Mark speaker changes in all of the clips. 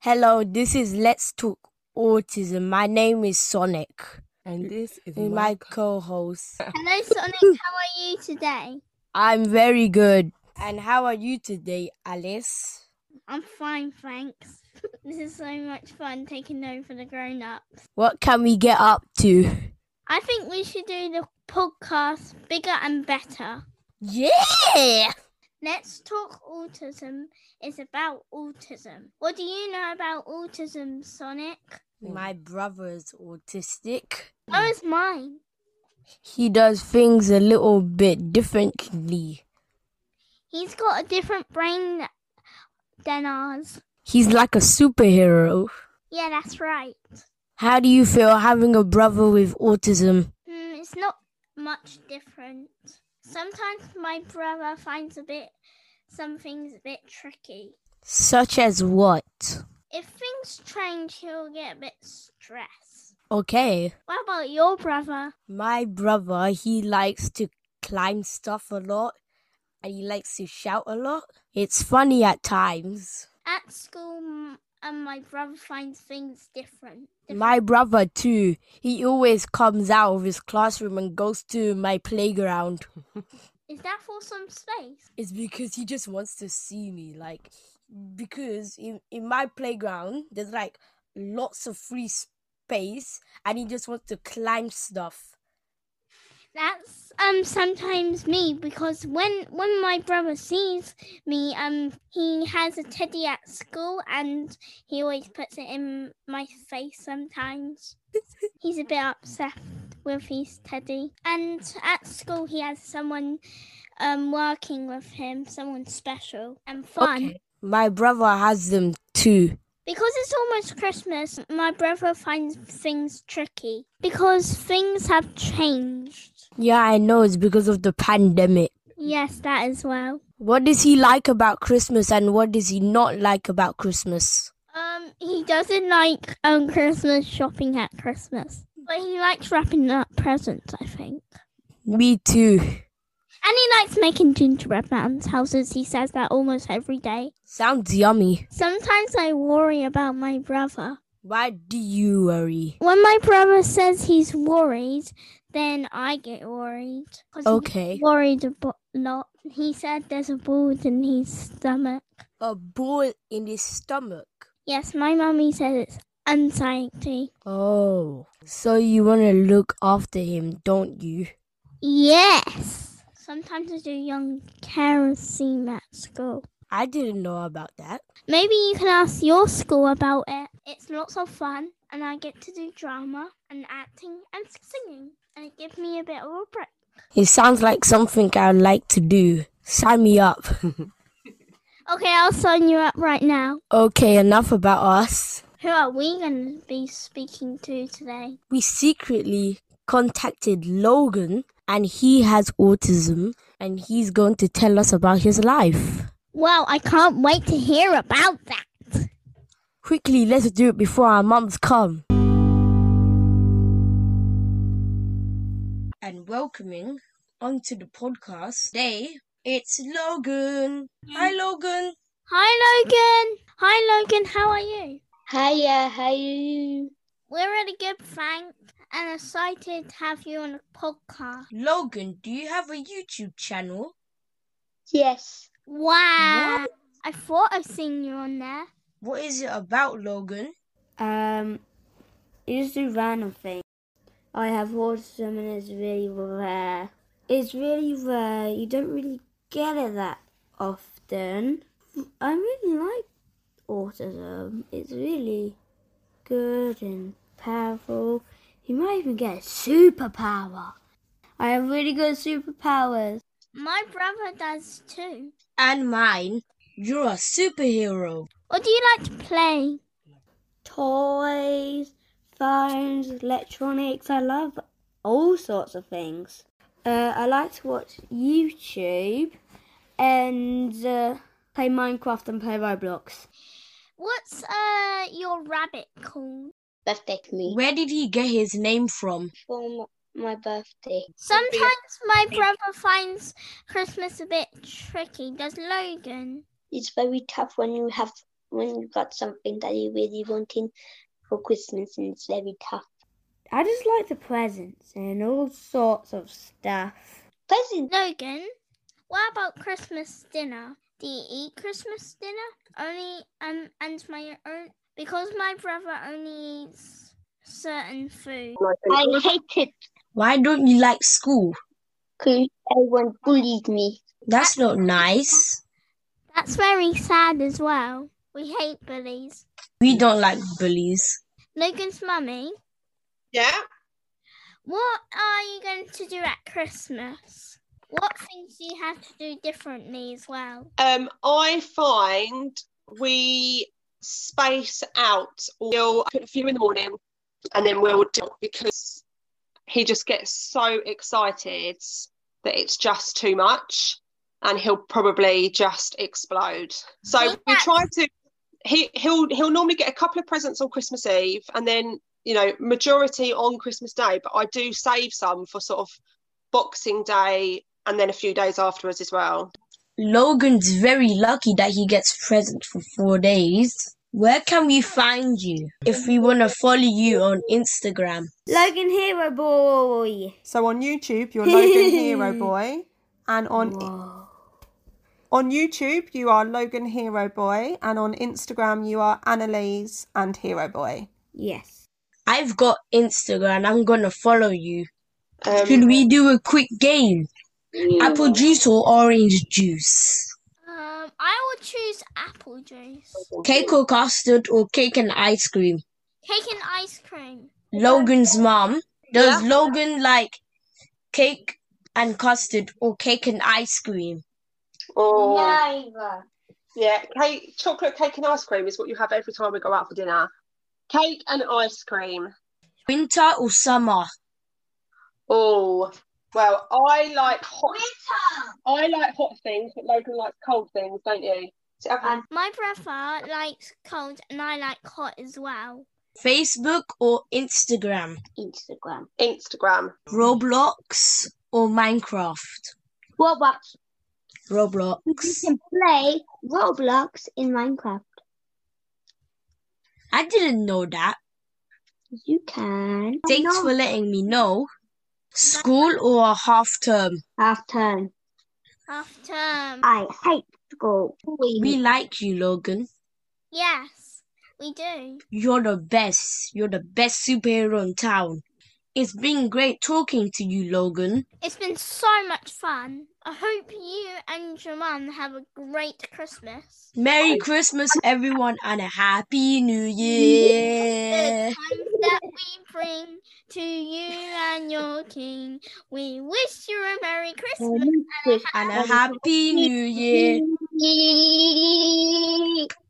Speaker 1: Hello, this is Let's Talk Autism. My name is Sonic.
Speaker 2: And this is
Speaker 1: Who's my co host.
Speaker 3: Hello, Sonic. How are you today?
Speaker 1: I'm very good. And how are you today, Alice?
Speaker 3: I'm fine, thanks. This is so much fun taking over the grown ups.
Speaker 1: What can we get up to?
Speaker 3: I think we should do the podcast bigger and better.
Speaker 1: Yeah!
Speaker 3: Let's Talk Autism is about autism. What do you know about autism, Sonic?
Speaker 1: My brother's autistic.
Speaker 3: Oh, it's mine.
Speaker 1: He does things a little bit differently.
Speaker 3: He's got a different brain than ours.
Speaker 1: He's like a superhero.
Speaker 3: Yeah, that's right.
Speaker 1: How do you feel having a brother with autism?
Speaker 3: Mm, it's not much different. Sometimes my brother finds a bit some things a bit tricky.
Speaker 1: Such as what?
Speaker 3: If things change, he'll get a bit stressed.
Speaker 1: Okay.
Speaker 3: What about your brother?
Speaker 1: My brother, he likes to climb stuff a lot and he likes to shout a lot. It's funny at times.
Speaker 3: At school, m- and my brother finds things different.
Speaker 1: My brother, too, he always comes out of his classroom and goes to my playground.
Speaker 3: Is that for some space?
Speaker 1: It's because he just wants to see me. Like, because in, in my playground, there's like lots of free space and he just wants to climb stuff.
Speaker 3: That's um sometimes me because when when my brother sees me, um he has a teddy at school and he always puts it in my face sometimes. He's a bit upset with his teddy. And at school he has someone um working with him, someone special and fun.
Speaker 1: Okay. My brother has them, too.
Speaker 3: Because it's almost Christmas, my brother finds things tricky because things have changed.
Speaker 1: Yeah, I know, it's because of the pandemic.
Speaker 3: Yes, that as well.
Speaker 1: What does he like about Christmas and what does he not like about Christmas?
Speaker 3: Um, he doesn't like um Christmas shopping at Christmas, but he likes wrapping up presents, I think.
Speaker 1: Me too.
Speaker 3: And he likes making gingerbread man's houses. He says that almost every day.
Speaker 1: Sounds yummy.
Speaker 3: Sometimes I worry about my brother.
Speaker 1: Why do you worry?
Speaker 3: When my brother says he's worried, then I get worried. 'cause he-
Speaker 1: Okay.
Speaker 3: worried a bo- lot. He said there's a bulge in his stomach.
Speaker 1: A ball in his stomach.
Speaker 3: Yes, my mummy said it's anxiety.
Speaker 1: Oh. So you want to look after him, don't you?
Speaker 3: Yes. Sometimes I do young kerosene at school.
Speaker 1: I didn't know about that.
Speaker 3: Maybe you can ask your school about it. It's lots of fun, and I get to do drama and acting and singing, and it gives me a bit of a break.
Speaker 1: It sounds like something I'd like to do. Sign me up.
Speaker 3: Okay, I'll sign you up right now.
Speaker 1: okay, enough about us.
Speaker 3: Who are we going to be speaking to today?
Speaker 1: We secretly contacted Logan and he has autism and he's going to tell us about his life.
Speaker 3: Well, I can't wait to hear about that.
Speaker 1: Quickly, let's do it before our mums come. And welcoming onto the podcast today, it's Logan. Hi, Logan.
Speaker 3: Hi, Logan. Hi, Logan. How are you?
Speaker 4: Hiya, how are you?
Speaker 3: We're really good, Frank, and excited to have you on the podcast.
Speaker 1: Logan, do you have a YouTube channel?
Speaker 4: Yes.
Speaker 3: Wow. I thought I've seen you on there.
Speaker 1: What is it about, Logan?
Speaker 4: Um, you just do random things. I have autism and it's really rare. It's really rare. You don't really get it that often. I really like autism. It's really good and powerful. You might even get a superpower. I have really good superpowers.
Speaker 3: My brother does too.
Speaker 1: And mine. You're a superhero.
Speaker 3: What do you like to play?
Speaker 4: toys, phones, electronics. I love all sorts of things. Uh, I like to watch YouTube and uh, play Minecraft and play Roblox.
Speaker 3: What's uh your rabbit called?
Speaker 5: birthday for me
Speaker 1: Where did he get his name from?
Speaker 5: for m- my birthday.
Speaker 3: Sometimes my brother finds Christmas a bit tricky. Does Logan?
Speaker 5: It's very tough when you have when you got something that you really wanted for Christmas and it's very tough.
Speaker 4: I just like the presents and all sorts of stuff.
Speaker 5: Present
Speaker 3: Logan, what about Christmas dinner? Do you eat Christmas dinner? Only um and my own because my brother only eats certain food.
Speaker 5: I hate it
Speaker 1: Why don't you like school?
Speaker 5: because everyone bullied me.
Speaker 1: That's not nice.
Speaker 3: That's very sad as well. We hate bullies.
Speaker 1: We don't like bullies.
Speaker 3: Logan's mummy,
Speaker 2: Yeah.
Speaker 3: what are you going to do at Christmas? What things do you have to do differently as well?
Speaker 2: Um, I find we space out. We'll put a few in the morning and then we'll do because he just gets so excited that it's just too much and he'll probably just explode. So
Speaker 3: Yeah.
Speaker 2: we try to he he'll he'll normally get a couple of presents on Christmas Eve and then you know majority on Christmas Day, but I do save some for sort of Boxing Day and then a few days afterwards as well.
Speaker 1: Logan's very lucky that he gets presents for four days. Where can we find you if we want to follow you on Instagram?
Speaker 4: Logan Hero Boy.
Speaker 6: So on YouTube, you're Logan Hero Boy, and on
Speaker 4: Whoa.
Speaker 6: on YouTube you are Logan Hero Boy, and on Instagram you are Annalise and Hero Boy.
Speaker 4: Yes.
Speaker 1: I've got Instagram. I'm going to follow you.
Speaker 2: Um,
Speaker 1: Should we do a quick game? Apple juice or orange juice?
Speaker 3: Um, I will choose apple juice,
Speaker 1: Cake or custard or cake and ice cream?
Speaker 3: cake and ice cream.
Speaker 1: Logan's mom. Does Logan like cake and custard or cake and ice cream?
Speaker 2: Or
Speaker 5: Neither.
Speaker 2: yeah, cake, chocolate cake and ice cream is what you have every time we go out for dinner. Cake and ice cream.
Speaker 1: Winter or summer?
Speaker 2: Oh, well, I like hot. I like hot things, but Logan likes cold things, don't you? So, um,
Speaker 3: My brother likes cold and I like hot as well.
Speaker 1: Facebook or Instagram?
Speaker 5: Instagram.
Speaker 2: Instagram.
Speaker 1: Roblox or Minecraft?
Speaker 5: Roblox.
Speaker 1: Roblox.
Speaker 5: can play Roblox in Minecraft.
Speaker 1: I didn't know that.
Speaker 5: You can.
Speaker 1: Thanks for letting me know. School or a half term?
Speaker 5: Half turn.
Speaker 3: After um,
Speaker 5: I hate school.
Speaker 1: We like you, Logan.
Speaker 3: yes, we do.
Speaker 1: You're the best. You're the best superhero in town. It's been great talking to you, Logan.
Speaker 3: It's been so much fun. I hope you and your mum have a great Christmas.
Speaker 1: Merry Christmas, everyone, and a Happy New Year.
Speaker 3: The times that we bring to you and your king. We wish you a Merry Christmas.
Speaker 1: And a Happy New Year.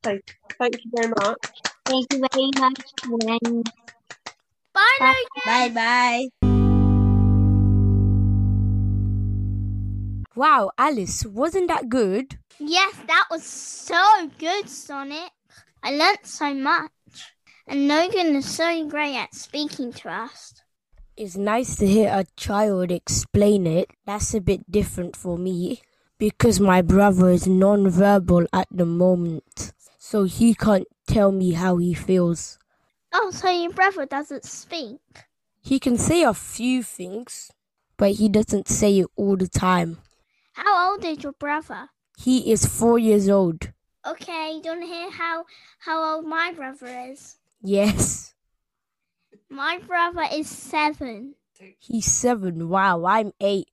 Speaker 2: Thank you very much.
Speaker 5: Thank you very much. Gwen.
Speaker 3: Bye, Logan.
Speaker 1: Bye bye. Wow, Alice, wasn't that good?
Speaker 3: Yes, that was so good, Sonic. I learnt so much. And Logan is so great at speaking to us.
Speaker 1: It's nice to hear a child explain it. That's a bit different for me because my brother is non-verbal at the moment, so he can't tell me how he feels.
Speaker 3: Oh, so your brother doesn't speak.
Speaker 1: He can say a few things, but he doesn't say it all the time.
Speaker 3: How old is your brother?
Speaker 1: He is four years old.
Speaker 3: Okay, you wanna hear how, how old my brother is?
Speaker 1: Yes,
Speaker 3: My brother is seven.
Speaker 1: he's seven. Wow, I'm eight.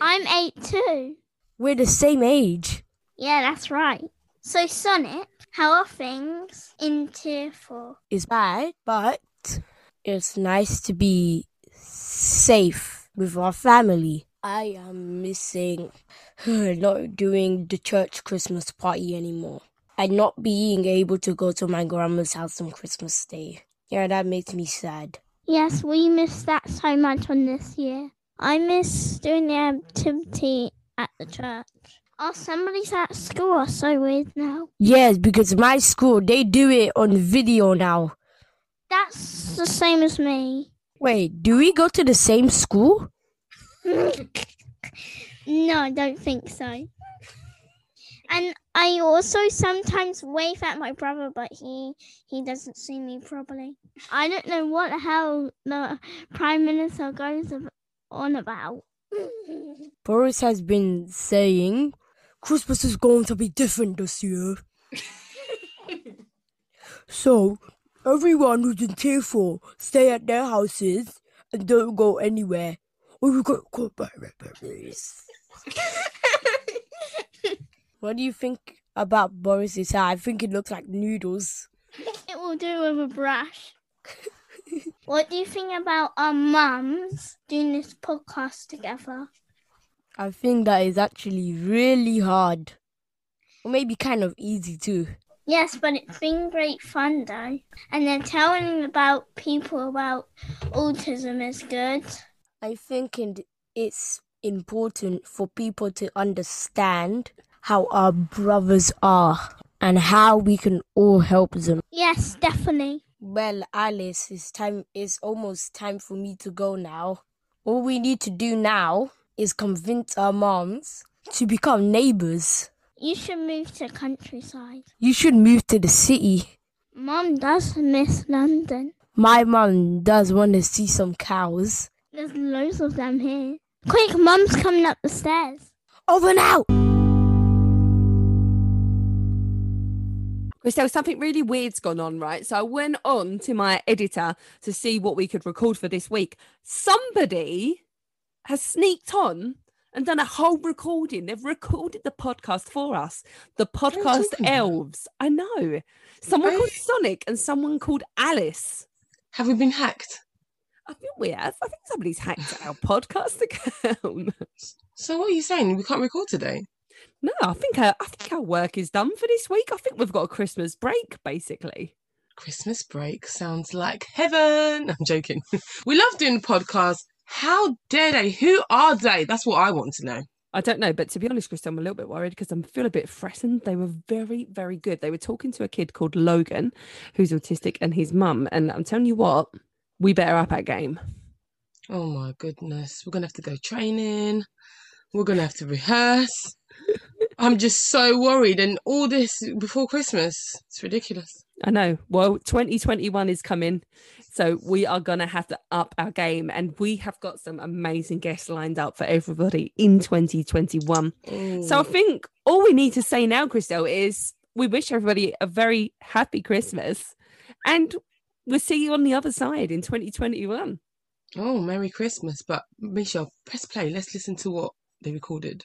Speaker 3: I'm eight too.
Speaker 1: We're the same age.
Speaker 3: Yeah, that's right. So, Sonic, how are things in tier four?
Speaker 1: is bad, but it's nice to be safe with our family. I am missing not doing the church Christmas party anymore and not being able to go to my grandma's house on Christmas Day. Yeah, that makes me sad.
Speaker 3: Yes, we miss that so much on this year. I miss doing the activity at the church. Oh, somebody's at school are so weird now.
Speaker 1: Yes, because my school they do it on video now.
Speaker 3: That's the same as me.
Speaker 1: Wait, do we go to the same school?
Speaker 3: no, I don't think so. And I also sometimes wave at my brother, but he he doesn't see me properly. I don't know what the hell the prime minister goes ab- on about.
Speaker 1: Boris has been saying Christmas is going to be different this year. so, everyone who's in tier 4, stay at their houses and don't go anywhere, Oh, or you get caught by referees. What do you think about Boris's hair? I think it looks like noodles.
Speaker 3: it will do with a brush. what do you think about our mums doing this podcast together?
Speaker 1: I think that is actually really hard. Or maybe kind of easy too.
Speaker 3: Yes, but it's been great fun though. And then telling about people about autism is good.
Speaker 1: I think and it's important for people to understand how our brothers are and how we can all help them.
Speaker 3: Yes, definitely.
Speaker 1: Well, Alice, it's time it's almost time for me to go now. All we need to do now is convince our moms to become neighbors.
Speaker 3: You should move to countryside.
Speaker 1: You should move to the city.
Speaker 3: Mum does miss London.
Speaker 1: My mum does want to see some cows.
Speaker 3: There's loads of them here. Quick, Mum's coming up the stairs.
Speaker 1: Over now!
Speaker 7: Christelle, something really weird's gone on, right? So I went on to my editor to see what we could record for this week. Somebody has sneaked on and done a whole recording. They've recorded the podcast for us. The
Speaker 8: talking
Speaker 7: podcast
Speaker 8: about?
Speaker 7: elves. I know. Someone
Speaker 8: Really?
Speaker 7: called Sonic and someone called Alice.
Speaker 8: Have we been hacked?
Speaker 7: I think we have. I think somebody's hacked our podcast account.
Speaker 8: So what are you saying? We can't record today.
Speaker 7: No, I think our, I think our work is done for this week. I think we've got a Christmas break, basically.
Speaker 8: Christmas break sounds like heaven. I'm joking. We love doing the podcast. How dare they? Who are they? That's what I want to know.
Speaker 7: I don't know, but to be honest, Chris, I'm a little bit worried because I feel a bit threatened. They were very, very good. They were talking to a kid called Logan, who's autistic, and his mum. And I'm telling you what, we better up our game.
Speaker 8: Oh my goodness. We're going to have to go training. We're going to have to rehearse. I'm just so worried. And all this before Christmas. It's ridiculous.
Speaker 7: I know. Well, 2021 is coming. So we are going to have to up our game. And we have got some amazing guests lined up for everybody in 2021.
Speaker 2: Oh.
Speaker 7: So I think all we need to say now, Christelle, is we wish everybody a very happy Christmas and we'll see you on the other side in 2021.
Speaker 8: Oh, Merry Christmas. But Michelle, press play. Let's listen to what they recorded.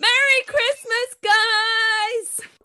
Speaker 7: Merry Christmas, guys!